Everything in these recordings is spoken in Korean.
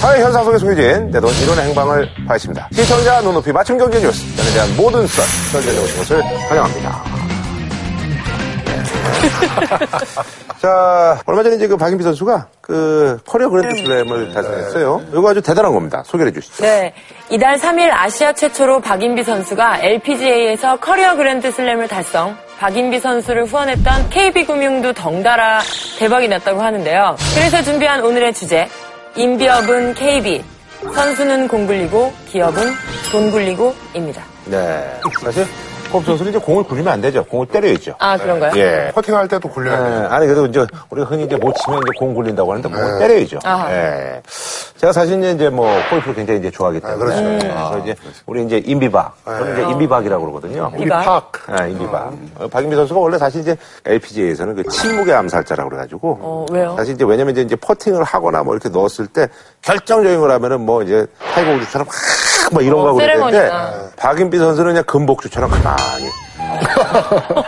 사회 현상 속에 소개된 내돈 이론의 행방을 파헤칩니다. 시청자 눈높이 맞춤 경제 뉴스. 전에 대한 모든 썰, 설전해 오신 것을 환영합니다. 자, 얼마 전에 이제 그 박인비 선수가 그 커리어 그랜드 슬램을 달성했어요. 이거 아주 대단한 겁니다. 소개해 주시죠. 네. 이달 3일 아시아 최초로 박인비 선수가 LPGA에서 커리어 그랜드 슬램을 달성. 박인비 선수를 후원했던 KB금융도 덩달아 대박이 났다고 하는데요. 그래서 준비한 오늘의 주제. 인비업은 KB. 선수는 공 굴리고 기업은 돈 굴리고입니다. 네. 사실 홈 선수는 이제 공을 굴리면 안 되죠. 공을 때려야죠. 아, 그런가요? 예. 퍼팅할 때도 굴려야 돼요. 예, 아니 그래도 이제 우리가 흔히 이제 못 치면 이제 공 굴린다고 하는데 공을 네. 때려야죠. 아하. 예. 제가 사실 이제 이제 뭐 골프를 굉장히 이제 좋아하기 때문에 그렇죠. 네. 래서 이제 우리 이제 임비박 저는 이제 임비박이라고 그러거든요. 임비박. 예, 임비박. 음. 어, 박인비 선수가 원래 사실 이제 LPGA에서는 그 침묵의 암살자라고 그래가지고 어, 왜요? 사실 이제 왜냐면 이제, 이제 퍼팅을 하거나 뭐 이렇게 넣었을 때 결정적인 걸 하면은 뭐 이제 타이거 우즈처럼 막뭐 이런 어, 거 하고 그랬는데 세레머니다. 박인비 선수는 그냥 금복주처럼 가만히 어.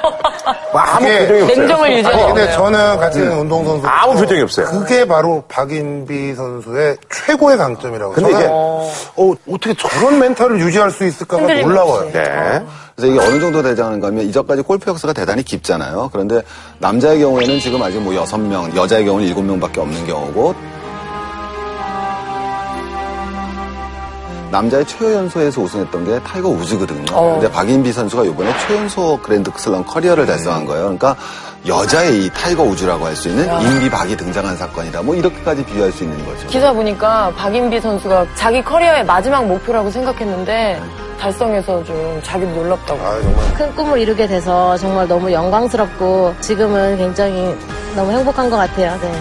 뭐 아무 이게 표정이 없어요. 냉정을 유지하는 아니, 거예요. 근데 저는 같이 있는 운동선수. 네. 음. 아무 표정이 없어요. 그게 바로 박인비 선수의 최고의 강점이라고. 근데 저는 이제- 어, 어떻게 저런 멘탈을 유지할 수 있을까가 흔들림 놀라워요. 네. 그래서 이게 어느 정도 되자는가 하면 이전까지 골프 역사가 대단히 깊잖아요. 그런데 남자의 경우에는 지금 아직 뭐 여섯 명 여자의 경우는 일곱 명밖에 없는 경우고 남자의 최연소에서 우승했던 게 타이거 우즈거든요. 어. 근데 박인비 선수가 이번에 최연소 그랜드슬럼 커리어를 달성한 거예요. 그러니까 여자의 이 타이거 우즈라고 할 수 있는 인비박이 등장한 사건이다. 뭐 이렇게까지 비유할 수 있는 거죠. 기사 보니까 박인비 선수가 자기 커리어의 마지막 목표라고 생각했는데 달성해서 좀 자기도 놀랍다고. 아, 정말. 큰 꿈을 이루게 돼서 정말 너무 영광스럽고 지금은 굉장히 너무 행복한 것 같아요. 네.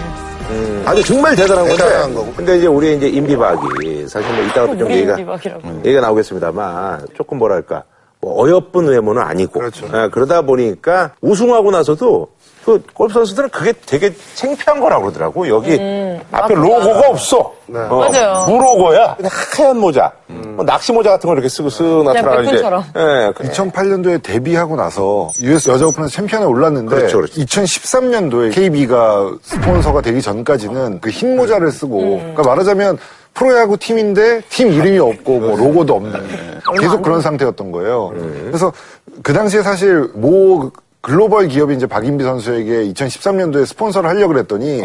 아주 정말 대단한 건데. 대단한 거고. 근데 이제 우리 이제 임비박이 사실 뭐 이따가 좀 우리 얘기가 임비박이라고. 음, 얘기가 나오겠습니다만 조금 뭐랄까 뭐 어여쁜 외모는 아니고 그렇죠. 아, 그러다 보니까 우승하고 나서도 그 골프 선수들은 그게 되게 창피한 거라고 그러더라고 여기 앞에 로고가 없어 어, 음, 맞아요. 무로고야 그냥 하얀 모자 뭐 낚시 모자 같은 거 이렇게 쓰고 쓱 나타나는 백군처럼. 예, 그- 2008년도에 데뷔하고 나서 US 여자 오픈에서 챔피언에 올랐는데 그렇죠, 그렇죠. 2013년도에 KB가 스폰서가 되기 전까지는 그 흰 모자를 쓰고 그러니까 말하자면 프로야구 팀인데 팀 이름이 없고 뭐 로고도 없는 계속 그런 상태였던 거예요. 그래서 그 당시에 사실 모 글로벌 기업이 이제 박인비 선수에게 2013년도에 스폰서를 하려고 그랬더니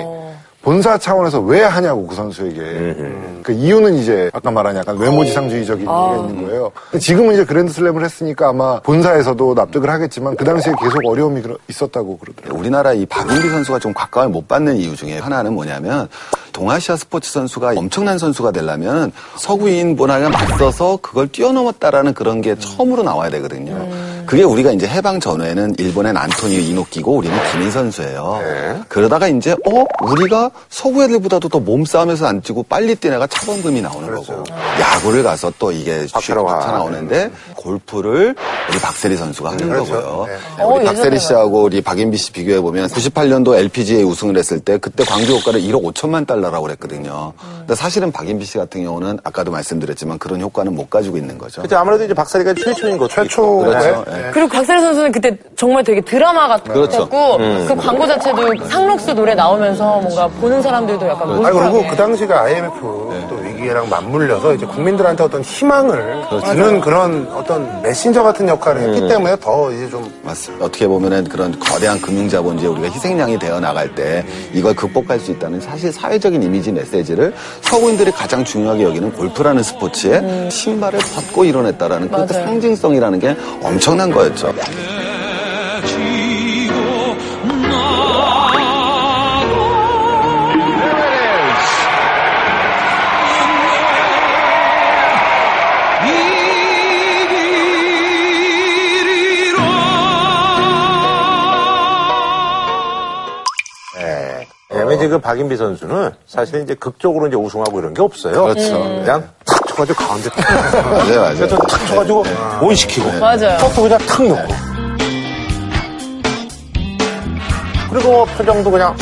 본사 차원에서 왜 하냐고 그 선수에게 그 이유는 이제 아까 말한 약간 외모지상주의적인 게 있는 거예요. 근데 지금은 이제 그랜드슬램을 했으니까 아마 본사에서도 납득을 하겠지만 그 당시에 계속 어려움이 그러- 있었다고 그러더라고요. 우리나라 이 박인비 선수가 좀 곽강을 못 받는 이유 중에 하나는 뭐냐면 동아시아 스포츠 선수가 엄청난 선수가 되려면 서구인보다는 맞서서 그걸 뛰어넘었다라는 그런 게 처음으로 나와야 되거든요. 네. 그게 우리가 이제 해방 전후에는 일본엔 안토니오 이노키고 우리는 김인 선수예요. 그러다가 이제 어 우리가 서구 애들보다도 더 몸싸움에서 안 뛰고 빨리 뛰는 애가 차범금이 나오는 거고 야구를 가서 또 이게 박찬호가. 박차 나오는데 골프를 우리 박세리 선수가 하는 거고요. 네, 어, 우리 예전에 박세리 봤어요. 씨하고 하고 우리 박인비 씨 비교해 보면 98년도 LPGA 우승을 했을 때 그때 광주 효과를 1억 5천만 달러라고 그랬거든요. 근데 사실은 박인비 씨 같은 경우는 아까도 말씀드렸지만 그런 효과는 못 가지고 있는 거죠. 그때 그렇죠. 아무래도 이제 박사리가 최초인 네. 것도 최초. 있고. 그렇죠. 의 그리고 곽세리 선수는 그때 정말 되게 드라마 그렇죠. 같았고 그 광고 자체도 상록수 노래 나오면서 뭔가 보는 사람들도 약간 몰입하게 아 그리고 그 당시가 IMF 또 위기랑 맞물려서 이제 국민들한테 어떤 희망을 그렇죠. 주는 그런 어떤 메신저 같은 역할을 음. 했기 때문에 더 이제 좀 맞습니다. 어떻게 보면은 그런 거대한 금융자본주의 우리가 희생양이 되어 나갈 때 이걸 극복할 수 있다는 사실 사회적인 이미지 메시지를 서구인들이 가장 중요하게 여기는 골프라는 스포츠에 신발을 벗고 일어냈다라는 그 맞아요. 상징성이라는 게 엄청난 거였죠. 예. 왜냐면 이제 그 박인비 선수는 사실 이제 극적으로 이제 우승하고 이런 게 없어요. 음. 그렇죠. 네. 그냥 탁 쳐가지고 가운데 탁. 맞아요, 맞아요. 그래서 탁 쳐가지고 온 시키고. 맞아요. 턱도 그냥 탁 넣고. 그리고 표정도 그냥.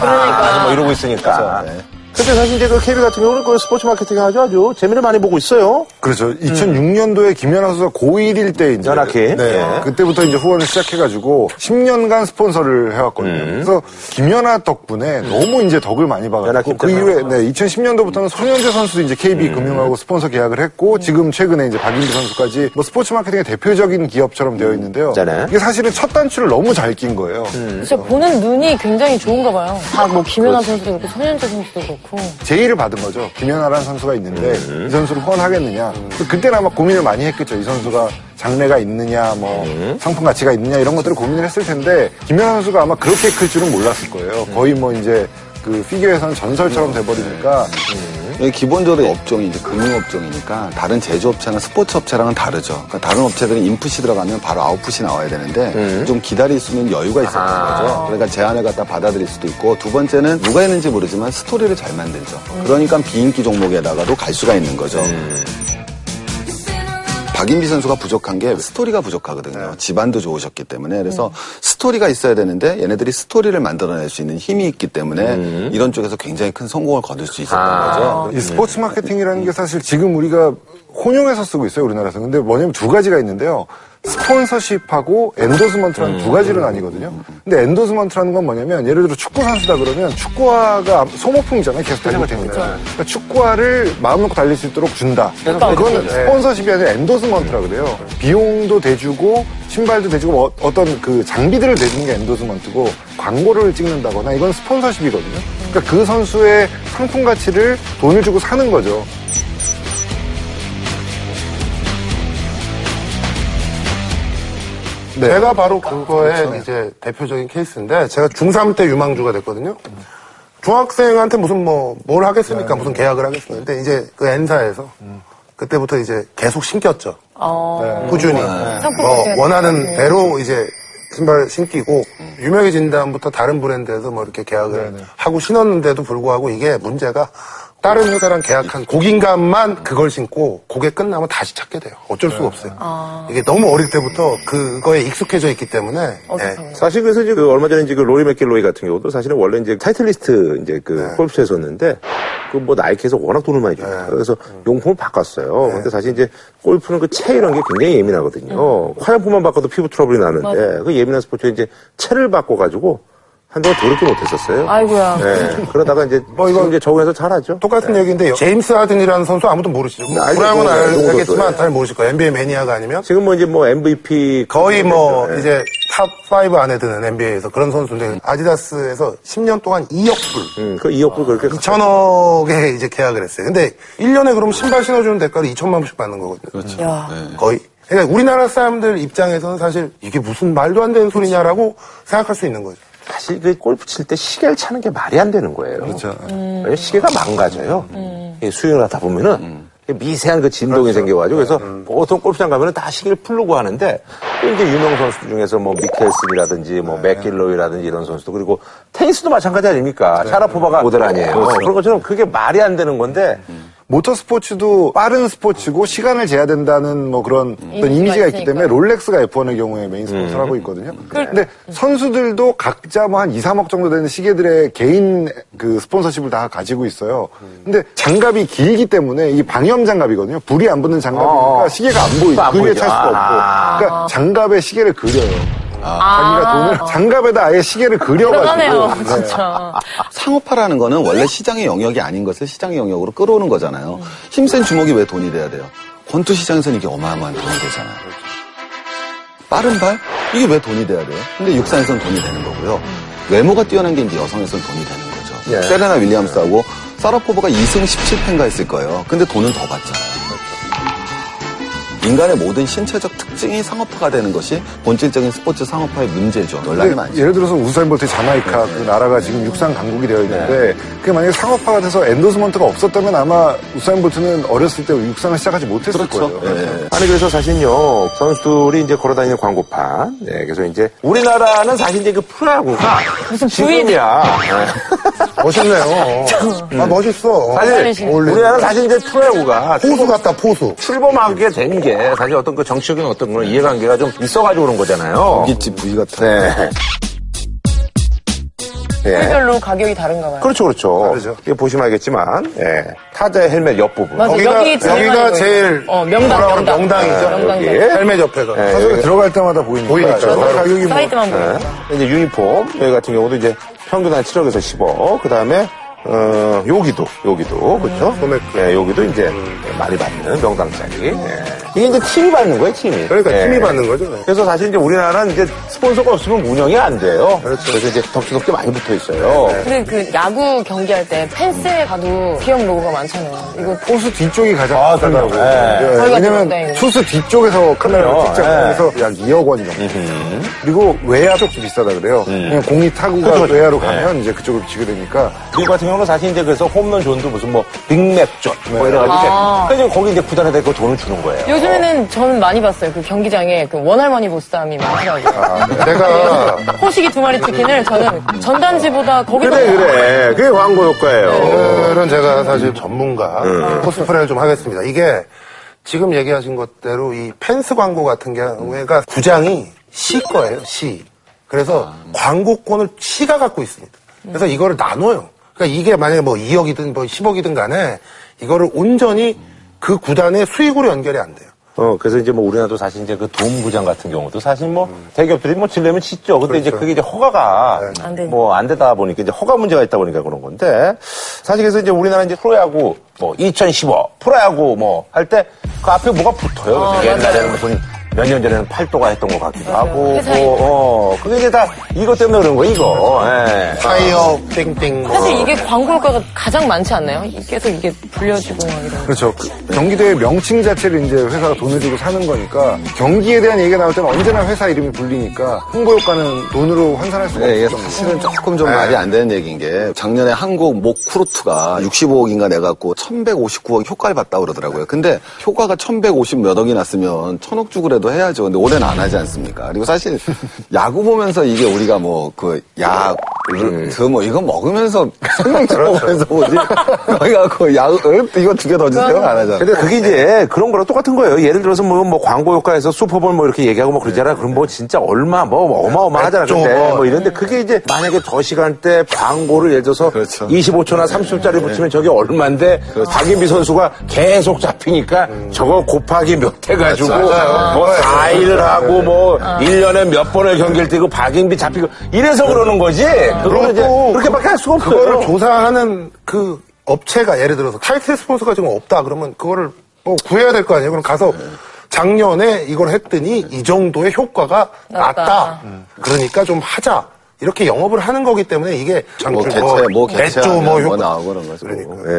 그러니까. 뭐 이러고 있으니까. 네. 근데 사실 이제 그 KB 같은 경우는 그 스포츠 마케팅 아주 아주 재미를 많이 보고 있어요. 그렇죠. 2006년도에 김연아 선수가 고1일 때 이제 음. 연하게. 네. 예. 그때부터 이제 후원을 시작해가지고 10년간 스폰서를 해왔거든요. 음. 그래서 김연아 덕분에 너무 이제 덕을 많이 연하 봐가지고 그 김 이후에 네, 2010년도부터는 손현재 선수도 이제 음. KB 금융하고 스폰서 계약을 했고 지금 최근에 이제 박인비 선수까지 뭐 스포츠 마케팅의 대표적인 기업처럼 되어 있는데요. 네. 음. 이게 사실은 첫 단추를 너무 잘 낀 거예요. 진짜 보는 눈이 굉장히 좋은가 봐요. 다 뭐 김연아 선수도 그렇고 손현재 선수도 그렇고. 제의를 받은 거죠. 김연아라는 선수가 있는데 이 선수를 후원하겠느냐. 그때는 아마 고민을 많이 했겠죠. 이 선수가 장래가 있느냐, 뭐 상품 가치가 있느냐 이런 것들을 고민을 했을 텐데 김연아 선수가 아마 그렇게 클 줄은 몰랐을 거예요. 거의 뭐 이제 그 피겨에서는 전설처럼 돼버리니까 이게 네, 기본적으로 업종이 이제 금융업종이니까 다른 제조업체나 스포츠업체랑은 다르죠. 그러니까 다른 업체들은 인풋이 들어가면 바로 아웃풋이 나와야 되는데 좀 기다릴 수 있는 여유가 있었던 거죠. 그러니까 제안을 갖다 받아들일 수도 있고 두 번째는 누가 했는지 모르지만 스토리를 잘 만들죠. 그러니까 비인기 종목에다가도 갈 수가 있는 거죠. 박인비 선수가 부족한 게 스토리가 부족하거든요. 집안도 좋으셨기 때문에. 그래서 스토리가 있어야 되는데 얘네들이 스토리를 만들어낼 수 있는 힘이 있기 때문에 이런 쪽에서 굉장히 큰 성공을 거둘 수 있었던 거죠. 이 스포츠 마케팅이라는 게 사실 지금 우리가 혼용해서 쓰고 있어요 우리나라에서 근데 뭐냐면 두 가지가 있는데요 스폰서십하고 엔도스먼트라는 두 가지로 나뉘거든요 근데 엔도스먼트라는 건 뭐냐면 예를 들어 축구 선수다 그러면 축구화가 소모품이잖아요 계속 달리고 되니까 그러니까 축구화를 마음 놓고 달릴 수 있도록 준다 그건 스폰서십이 아니라 엔도스먼트라 그래요 비용도 대주고 신발도 대주고 어, 어떤 그 장비들을 대주는 게 엔도스먼트고 광고를 찍는다거나 이건 스폰서십이거든요 그러니까 그 선수의 상품 가치를 돈을 주고 사는 거죠. 네. 제가 바로 그거의 이제 대표적인 케이스인데 제가 중3 때 유망주가 됐거든요. 중학생한테 무슨 뭐 뭘 하겠습니까? 무슨 계약을 하겠습니까? 근데 이제 그 N사에서 그때부터 이제 계속 신겼죠. 꾸준히 뭐 원하는 대로 이제 신발 신기고 음. 유명해진 다음부터 다른 브랜드에서 뭐 이렇게 계약을 네, 하고 신었는데도 불구하고 이게 문제가 다른 회사랑 계약한 고긴감만 그걸 신고 그게 끝나면 다시 찾게 돼요. 어쩔 네. 수가 없어요. 이게 너무 어릴 때부터 그거에 익숙해져 있기 때문에 예. 사실 그래서 이제 그 얼마 전에 이제 그 로리 맥길로이 같은 경우도 사실은 원래 이제 타이틀리스트 이제 그 네. 골프였었는데 그 뭐 나이키에서 워낙 돈을 많이 주니까 그래서 용품을 네. 바꿨어요. 근데 사실 이제 골프는 그 채 이런 게 굉장히 네. 예민하거든요. 화장품만 바꿔도 피부 트러블이 나는데 그 예민한 스포츠에 이제 채를 바꿔가지고 한동안 돌이키 못했었어요. 아이고야. 네. 그러다가 이제 뭐 이거 지금 이제 적응해서 잘하죠. 똑같은 얘기인데 제임스 하든이라는 선수 아무도 모르시죠. 네, 알죠. 브라이언은 네, 농구도 알겠지만 네. 잘 모르실 거예요. NBA 매니아가 아니면 지금 뭐 이제 뭐 MVP 거의 뭐 네. 이제 탑5 안에 드는 NBA에서 그런 선수인데 아디다스에서 10년 동안 2억 불 음, 그 이억불 아. 그렇게 2천억에 이제 계약을 했어요. 근데 1년에 그럼 신발 신어주는 대가를 2천만 원씩 받는 거거든요. 그렇죠. 야. 네. 거의. 그러니까 우리나라 사람들 입장에서는 사실 이게 무슨 말도 안 되는 소리냐라고 생각할 수 있는 거죠. 사실 그 골프 칠 때 시계를 차는 게 말이 안 되는 거예요. 그렇죠. 시계가 망가져요. 예, 스윙을 하다 보면은 미세한 그 진동이 생겨가지고 그래서 보통 골프장 가면은 다 시계를 풀르고 하는데 또 이제 유명 선수 중에서 뭐 미켈슨이라든지 뭐 맥길로이라든지 이런 선수도 그리고 테니스도 마찬가지 아닙니까? 샤라포바가 네. 모델 아니에요. 음. 그런 것처럼 그게 말이 안 되는 건데 모터 스포츠도 빠른 스포츠고 시간을 재야 된다는 뭐 그런 어떤 이미지가 있기 있으니까. 때문에 롤렉스가 F1의 경우에 메인 음. 스폰서를 하고 있거든요. 근데 선수들도 각자 뭐 한 2, 3억 정도 되는 시계들의 개인 그 스폰서십을 다 가지고 있어요. 근데 장갑이 길기 때문에 이 방염 장갑이거든요. 불이 안 붙는 장갑이니까 어. 시계가 안 보이죠. 안 그 위에 보이죠. 찰 수가 아. 없고. 그러니까 장갑에 시계를 그려요. 자기가 돈을 장갑에다 아예 시계를 그러네요, 그려가지고 아, 진짜. 상업화라는 거는 원래 시장의 영역이 아닌 것을 시장의 영역으로 끌어오는 거잖아요. 힘센 주먹이 왜 돈이 돼야 돼요? 권투 시장에서는 이게 어마어마한 돈이 되잖아요. 빠른 발? 이게 왜 돈이 돼야 돼요? 근데 육상에서는 돈이 되는 거고요. 외모가 뛰어난 게 이제 여성에서는 돈이 되는 거죠. 세레나 윌리엄스하고 사라포버가 2승 17패인가 했을 거예요. 근데 돈은 더 받잖아요. 인간의 모든 신체적 특징이 상업화가 되는 것이 본질적인 스포츠 상업화의 문제죠. 논란이 근데 많죠. 예를 들어서 우사인 볼트 네. 자마이카 그 나라가 지금 육상 강국이 되어 있는데 그게 만약에 상업화가 돼서 엔도스먼트가 없었다면 아마 우사인 볼트는 어렸을 때 육상을 시작하지 못했을 그렇죠. 거예요. 예. 아니 그래서 사실요 선수들이 이제 걸어다니는 광고판 네, 그래서 이제 우리나라는 사실 이제 그 프로야구가 무슨 지금이야 네. 멋있네요. 아, 멋있어. 사실 어울리네. 우리나라는 사실 이제 프로야구가 포수 같다, 포수. 출범하게 된 게 사실 어떤 그 정치적인 어떤 그런 네. 이해관계가 좀 있어가지고 그런 거잖아요. 고깃집 부위 같은 네. 스쿨별로 가격이 다른가 봐요. 그렇죠, 그렇죠. 다르죠. 이거 보시면 알겠지만, 예. 타자의 헬멧 옆부분. 맞아요. 여기가- 여기 제일 많이 여기가 보여요. 제일 어, 명당, 뭐라 그러면 명당. 명당이죠. 어, 명당. 여기. 헬멧 옆에가. 예, 사실 여기. 네, 들어갈 때마다 보이니까. 보이니까. 저 가격이 뭐. 사이트만 보면. 네. 이제 유니폼 여기 같은 경우도 이제 평균 한 7억에서 10억 그 다음에 어 여기도 여기도 그렇죠 소매크. 예, 여기도 이제 많이 받는 명당짜리 예. 이게 이제 팀이 받는 거예요 팀이 그러니까 예. 팀이 받는 거죠. 네. 그래서 사실 이제 우리나라는 이제 스폰서가 없으면 운영이 안 돼요 그래서 이제 덥지덥게 많이 붙어 있어요 근데 그 야구 경기할 때 펜스에 가도 기업 로고가 많잖아요. 이거 포수 뒤쪽이 가장 아, 그럼요. 비싸다고. 예. 예, 저희가 들었다, 왜냐면 이거. 투수 뒤쪽에서 카메라를 그럼요. 네. 찍잖아요. 그래서 약 2억 원 정도. 그리고 외야 쪽도 비싸다 그래요. 그냥 공이 타구가 네. 그렇죠, 그렇죠. 외야로 가면 이제 그쪽으로 지게 되니까 미국 같은 경우는 사실 이제 그래서 홈런 존도 무슨 뭐 빅맥존 뭐 이래가지고 이제 그래서 거기 이제 구단에다 그 돈을 주는 거예요 요즘에는 저는 많이 봤어요. 그 경기장에 그 원할머니 보쌈이 많더라고요. 내가 호식이 두 마리 치킨을 저는 전단지보다 거기서 그래 그래 그게 광고 효과예요 오늘은 제가 사실 전문가 코스프레를 좀 하겠습니다. 이게 지금 얘기하신 것대로 이 펜스 광고 같은 경우에가 구장이 시 거예요, 시. 그래서 광고권을 시가 갖고 있습니다. 그래서 이거를 나눠요. 그러니까 이게 만약에 뭐 2억이든 뭐 10억이든 간에 이거를 온전히 그 구단의 수익으로 연결이 안 돼요. 어, 그래서 이제 뭐 우리나라도 사실 이제 그 돈부장 같은 경우도 사실 뭐 대기업들이 뭐 질려면 짓죠. 근데 이제 그게 이제 허가가 안 되죠. 뭐 안 되다 보니까 이제 허가 문제가 있다 보니까 그런 건데 사실 그래서 이제 우리나라 이제 프로야구 뭐 2015 프로야구 뭐 할 때 그 앞에 뭐가 붙어요. 그래서 옛날에는 무슨 몇 년 전에는 팔도가 했던 것 같기도 하고 회사에. 뭐, 어, 그게 이제 다 이것 때문에 그런 거 이거. 예. 파이어, 땡땡. 뭐. 사실 이게 광고 효과가 가장 많지 않나요? 이- 계속 이게 불려지고 막 이런. 그렇죠. 그 경기도의 명칭 자체를 이제 회사가 돈을 주고 사는 거니까 경기에 대한 얘기가 나올 때는 언제나 회사 이름이 불리니까 홍보 효과는 돈으로 환산할 수가 예, 예, 없죠. 사실은 조금 좀 말이 안 되는 얘기인 게 작년에 한국 목크루트가 65억인가 내갖고 1159억 효과를 봤다고 그러더라고요. 근데 효과가 1150 몇억이 났으면 천억 주고 라도 해야죠. 근데 올해는 안 하지 않습니까? 그리고 사실 야구 보면서 이게 우리가 뭐 그 야, 음. 그뭐 이거 먹으면서 설명 그렇죠. 들어보면서 보지. 저희가 그 야, 이거 두 개 더 주세요. 그러니까. 안 하잖아. 근데 그게 이제 그런 거랑 똑같은 거예요. 예를 들어서 뭐, 뭐 광고 효과에서 슈퍼볼 뭐 이렇게 얘기하고 뭐 그러잖아. 그럼 뭐 진짜 얼마 뭐, 뭐 어마어마하잖아. 근데 뭐 이런데 그게 이제 만약에 저 시간대 광고를 예를 들어서 그렇죠. 25초나 30초짜리 붙이면 저게 얼마인데 박인비 선수가 계속 잡히니까 저거 곱하기 몇 해가지고 뭐 4일을 하고 뭐 1년에 몇 번을 경기를 뛰고 박인비 잡히고 이래서 그러는 거지. 그거는 이제 그렇고 그렇게밖에 할 수가 없어요. 그거를 조사하는 그 업체가 예를 들어서 타이틀 스폰서가 지금 없다 그러면 그거를 뭐 구해야 될 거 아니에요. 그럼 가서 네. 작년에 이걸 했더니 이 정도의 효과가 났다. 났다. 그러니까 좀 하자. 이렇게 영업을 하는 거기 때문에 이게 뭐 장출, 개체, 뭐 개체, 내조, 그렇죠. 뭐 뭐 효과. 그러니까. 나오고 그런 거죠. 예.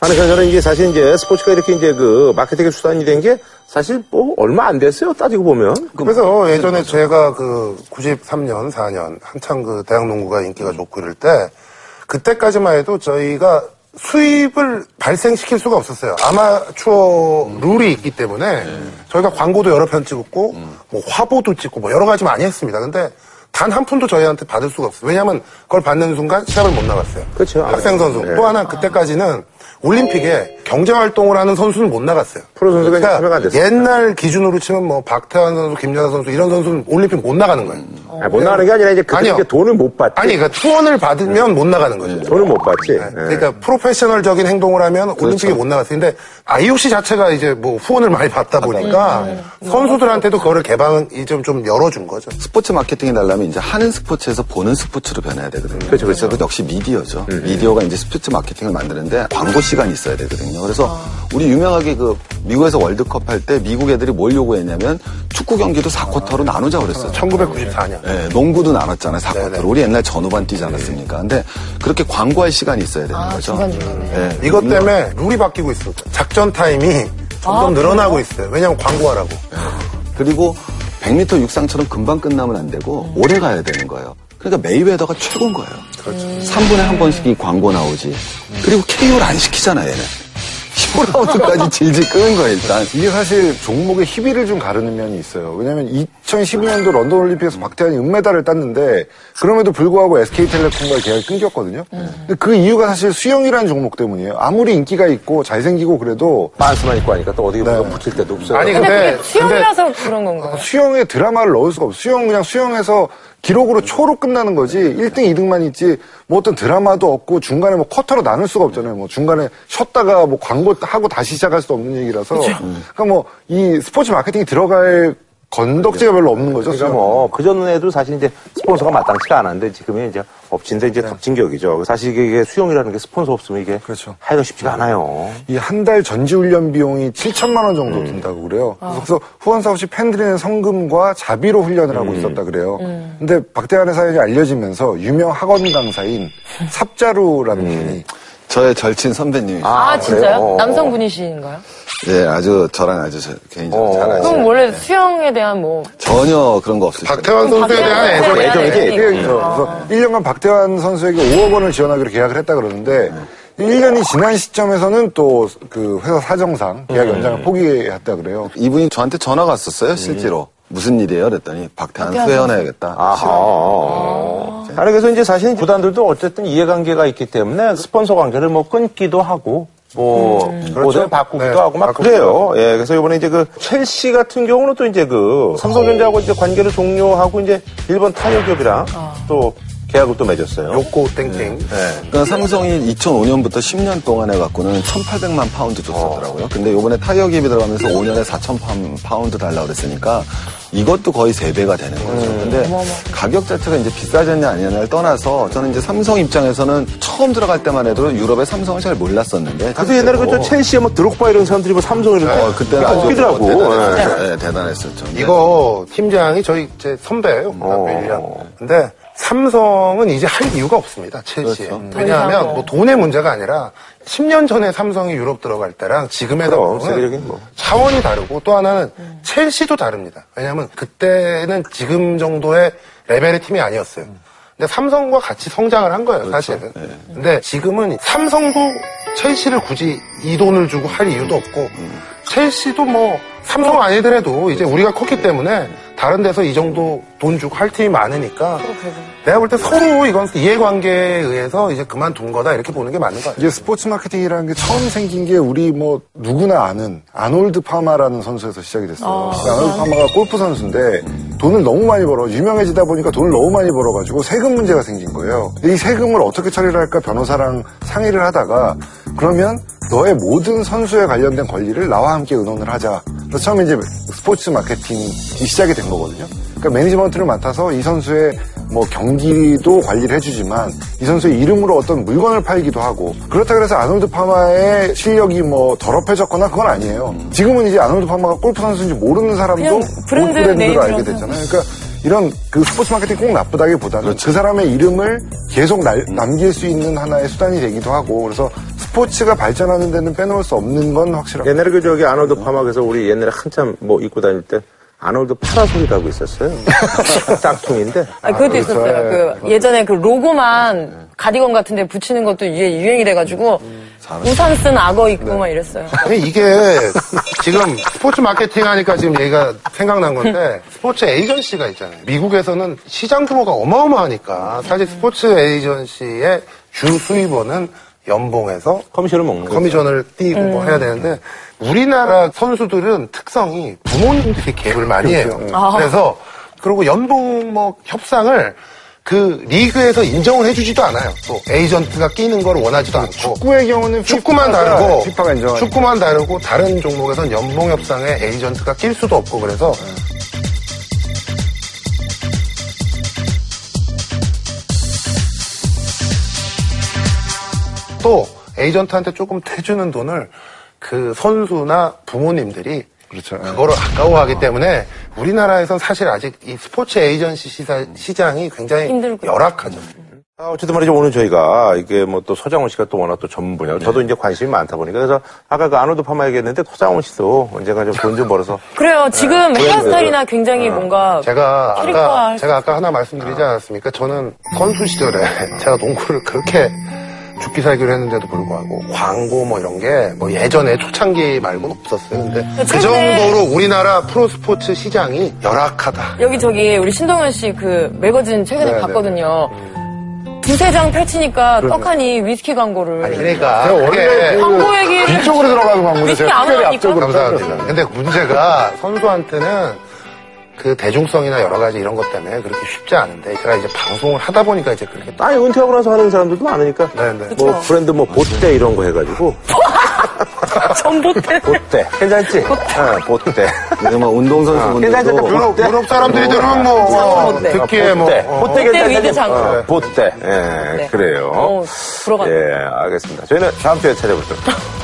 아니, 그러니까 저는 이게 사실 이제 스포츠가 이렇게 이제 그 마케팅의 수단이 된 게 사실 뭐 얼마 안 됐어요. 따지고 보면. 뭐 그래서 예전에 제가 그 93년, 4년 한창 그 대학 농구가 인기가 좋고 이럴 때 그때까지만 해도 저희가 수입을 발생시킬 수가 없었어요. 아마추어 룰이 있기 때문에 저희가 광고도 여러 편 찍었고 음. 뭐 화보도 찍고 뭐 여러 가지 많이 했습니다. 근데 단 한 푼도 저희한테 받을 수가 없어요. 왜냐하면 그걸 받는 순간 시합을 못 나갔어요. 그렇죠. 학생 선수. 또 하나 그때까지는 올림픽에 경제 활동을 하는 선수는 못 나갔어요. 그러니까 프로 선수가 이제 참여가 안 됐어요. 옛날 기준으로 치면 뭐 박태환 선수, 김연아 선수 이런 선수는 올림픽 못 나가는 거예요. 아니, 못 나가는 게 아니라 이제 그때 아니요. 이제 돈을 못 받지. 아니, 그러니까 투원을 받으면 못 나가는 거죠. 돈을 못 받지. 예. 네. 그러니까 프로페셔널적인 행동을 하면 그렇죠. 올림픽에 못 나갔어요. 근데 IOC 자체가 이제 뭐 후원을 많이 받다 보니까 선수들한테도 그거를 개방이 좀, 좀 열어준 거죠. 스포츠 마케팅이 달라면 이제 하는 스포츠에서 보는 스포츠로 변해야 되거든요. 그렇죠, 그렇죠. 음, 역시 미디어죠. 미디어가 이제 스포츠 마케팅을 만드는데 광고 시간이 있어야 되거든요. 그래서 우리 유명하게 그 미국에서 월드컵 할 때 미국 애들이 뭘 요구했냐면 축구 경기도 4쿼터로 나누자 그랬어요. 1994년. 예, 농구도 나눴잖아요, 4쿼터로. 우리 옛날 전후반 뛰지 않았습니까? 근데 그렇게 광고할 시간이 있어야 되는 거죠. 예, 이것 때문에 룰이 바뀌고 있어요. 작전 타임이 점점 늘어나고 있어요. 왜냐면 광고하라고. 그리고 100m 육상처럼 금방 끝나면 안 음. 되고 오래 가야 되는 거예요. 그러니까 메이웨더가 최고인 거예요. 그렇죠. 3분에 한 번씩 이 광고 나오지. 그리고 KO를 안 시키잖아, 얘는. 15라운드까지 질질 끄는 거예요, 일단. 이게 사실 종목의 희비를 좀 가르는 면이 있어요. 왜냐면 2012년도 런던 올림픽에서 박태환이 은메달을 땄는데 그럼에도 불구하고 SK텔레콤과의 계약이 끊겼거든요. 근데 그 이유가 사실 수영이라는 종목 때문이에요. 아무리 인기가 있고 잘생기고 그래도 반스만 입고 하니까 또 어디 가 붙일 데도 없어요. 아니, 근데, 근데- 그게 수영이라서 그런 건가요? 수영에 드라마를 넣을 수가 없어. 수영 그냥 수영해서 기록으로 초로 끝나는 거지. 네. 1등, 2등만 있지. 뭐 어떤 드라마도 없고 중간에 뭐 쿼터로 나눌 수가 없잖아요. 뭐 중간에 쉬었다가 뭐 광고 하고 다시 시작할 수도 없는 얘기라서. 그러니까 뭐 이 스포츠 마케팅이 들어갈 건덕지가 별로 없는 거죠. 그러니까 수영은. 뭐, 그전에도 사실 이제 스폰서가 마땅치가 않았는데 지금은 이제 업친데 이제 값진 격이죠. 사실 이게- 이게 수용이라는 게 스폰서 없으면 이게 그렇죠. 하기가 쉽지가 않아요. 이 한 달 전지훈련 비용이 7천만 원 음. 정도 든다고 그래요. 아. 그래서 후원사 없이 팬들이 낸 성금과 자비로 훈련을 음. 하고 있었다 그래요. 근데 박대한의 사연이 알려지면서 유명 학원 강사인 삽자루라는 음. 분이 저의 절친 선배님이 아, 진짜요? 그래요? 남성분이신가요? 예, 아주 저랑 아주 저- 어, 어. 개인적으로 잘 아시는 그럼 원래 수영에 대한 뭐 전혀 그런 거 없으시죠. 박태환 선수에 대한 애정. 애정이지, 애정이지. 예, 그래서 1년간 박대환 선수에게 5억 원을 지원하기로 계약을 했다 그러는데 1년이 지난 시점에서는 또 그 회사 사정상 계약 연장을 포기했다 그래요. 이분이 저한테 전화가 음. 왔었어요, 실제로. 무슨 일이에요? 그랬더니 박태환 수혜원해야겠다. 아. 아하. 아. 아니, 그래서 이제 사실 구단들도 어쨌든 이해관계가 있기 때문에 스폰서 관계를 뭐 끊기도 하고, 뭐, 모델 바꾸기도 네, 하고 막 바꾸기도 그래요. 예, 그래서 이번에 이제 그 첼시 같은 경우는 또 이제 그 삼성전자하고 이제 관계를 종료하고 이제 일본 타이어기업이랑 또 계약을 또 맺었어요. 네. 욕고 땡땡. 그러니까 삼성이 2005년부터 10년 동안 해갖고는 1,800만 파운드 줬었더라고요. 근데 요번에 타이어 기업이 들어가면서 5년에 4,000 파운드 달라고 그랬으니까 이것도 거의 3배가 되는 거죠. 네. 근데 가격 자체가 이제 비싸졌냐 아니냐를 떠나서 저는 이제 삼성 입장에서는 처음 들어갈 때만 해도 유럽의 삼성을 잘 몰랐었는데. 그래서 옛날에 그저 첼시에 뭐 드록바 이런 사람들이 뭐 삼성 이런 어, 그때는 아주 웃기더라고. 예. 대단했었죠. 예, 대단했었죠. 근데 이거 팀장이 저희 제 선배예요. 고등학교 어. 1년. 근데 삼성은 이제 할 이유가 없습니다. 그렇죠. 더 첼시에. 이상 음. 왜냐하면 뭐 돈의 문제가 아니라 10년 전에 삼성이 유럽 들어갈 때랑 지금의 그럼, 삼성은 세계적인 뭐. 차원이 다르고 또 하나는 첼시도 다릅니다. 왜냐하면 그때는 지금 정도의 레벨의 팀이 아니었어요. 근데 삼성과 같이 성장을 한 거예요, 사실은. 근데 지금은 삼성도 첼시를 굳이 이 돈을 주고 할 이유도 없고, 첼시도 뭐 삼성 아니더라도 이제 우리가 컸기 때문에 다른 데서 이 정도 돈 주고 할 팀이 많으니까 내가 볼 때 서로 이건 이해관계에 의해서 이제 그만둔 거다 이렇게 보는 게 맞는 거 같아요. 이게 스포츠 마케팅이라는 게 처음 생긴 게 우리 뭐 누구나 아는 아놀드 파마라는 선수에서 시작이 됐어요. 아, 놀드 파마가 골프 선수인데 돈을 너무 많이 벌어 유명해지다 보니까 돈을 너무 많이 벌어가지고 세금 문제가 생긴 거예요. 근데 이 세금을 어떻게 처리를 할까 변호사랑 상의를 하다가 그러면 너의 모든 선수에 관련된 권리를 나와 함께 의논을 하자. 그래서 처음 이제 스포츠 마케팅이 시작이 된 거거든요. 그러니까 매니지먼트를 맡아서 이 선수의 뭐 경기도 관리를 해주지만 이 선수의 이름으로 어떤 물건을 팔기도 하고 그렇다 그래서 아놀드 파마의 실력이 뭐 더럽혀졌거나 그건 아니에요. 지금은 이제 아놀드 파마가 골프 선수인지 모르는 사람도 그냥 브랜드 골프 브랜드로 네임으로 그렇죠. 알게 되잖아요. 그러니까 이런 그 스포츠 마케팅 꼭 나쁘다기보다는 그렇죠. 그 사람의 이름을 계속 날- 남길 수 있는 하나의 수단이 되기도 하고 그래서 스포츠가 발전하는 데는 빼놓을 수 없는 건 확실합니다. 옛날에 그 저기 아놀드 파막에서 우리 옛날에 한참 뭐 입고 다닐 때 아놀드 파라솔이라고 있었어요. 짝퉁인데. 아, 그것도 있었어요. 그 예전에 그 로고만 가디건 같은 데 붙이는 것도 이제 유행이 돼가지고 우산 쓴 악어 입고 막 이랬어요. 근데 이게 지금 스포츠 마케팅 하니까 지금 얘기가 생각난 건데 스포츠 에이전시가 있잖아요. 미국에서는 시장 규모가 어마어마하니까 사실 스포츠 에이전시의 주 수입원은 연봉에서 커미션을 먹는 거죠. 커미션을 띄고 뭐 해야 되는데 우리나라 선수들은 특성이 부모님들이 개입을 많이 해요. 그래서 그리고 연봉 뭐 협상을 그 리그에서 인정을 해주지도 않아요. 또 에이전트가 끼는 걸 원하지도 않고 축구의 경우는 축구만 피파가- 다르고 피파가 네, 인정하니까. 축구만 다르고 다른 종목에선 연봉 협상에 에이전트가 낄 수도 없고 그래서 네. 또 에이전트한테 조금 해주는 돈을 그 선수나 부모님들이 그렇죠. 그거를 아까워하기 때문에 우리나라에선 사실 아직 이 스포츠 에이전시 시사- 시장이 굉장히 힘들고. 열악하죠. 아, 어쨌든 말이죠. 오늘 저희가 이게 뭐 또 서장훈 씨가 또 워낙 또 전문 분야. 저도 이제 관심이 많다 보니까. 그래서 아까 그 아놀드 파마 얘기했는데 서장훈 씨도 언젠가 좀 돈 좀 벌어서. 그래요. 지금 브랜드들. 헤어스타일이나 굉장히 뭔가 제가 아까 캐릭터화. 제가 아까 하나 말씀드리지 않았습니까? 저는 선수 시절에 제가 농구를 그렇게 죽기 살기로 했는데도 불구하고 광고 뭐 이런 게 뭐 예전에 초창기 말고는 없었어요. 근데 그 최근에- 정도로 우리나라 프로스포츠 시장이 열악하다. 여기 저기 우리 신동현 씨 그 매거진 최근에 네, 네. 봤거든요. 두세 장 펼치니까 떡하니 위스키 광고를. 아니 그러니까 제가 원래 그게- 광고 얘기를 뒤쪽으로 들어가는 광고인데 미스터 제가 안 특별히 나오니까? 앞쪽으로 감사합니다. 근데 문제가 선수한테는 그 대중성이나 여러 가지 이런 것 때문에 그렇게 쉽지 않은데 제가 이제 방송을 하다 보니까 이제 그렇게 딱 아니 은퇴하고 나서 하는 사람들도 많으니까 네, 네. 뭐 그쵸. 브랜드 뭐 보떼 이런 거 해가지고 전봇대. 보떼 괜찮지? 어, 보떼 그래서 뭐 아, 운동선수분들도 괜찮으니까 별로- 유럽, 유럽 사람들이 들으면 뭐 어, 못돼. 듣기에 뭐 아, 보떼 어, 보떼 위드 괜찮지? 장구. 어, 보떼 예 네. 그래요 어, 들어가. 예. 예 알겠습니다 저희는 다음 주에 찾아뵙도록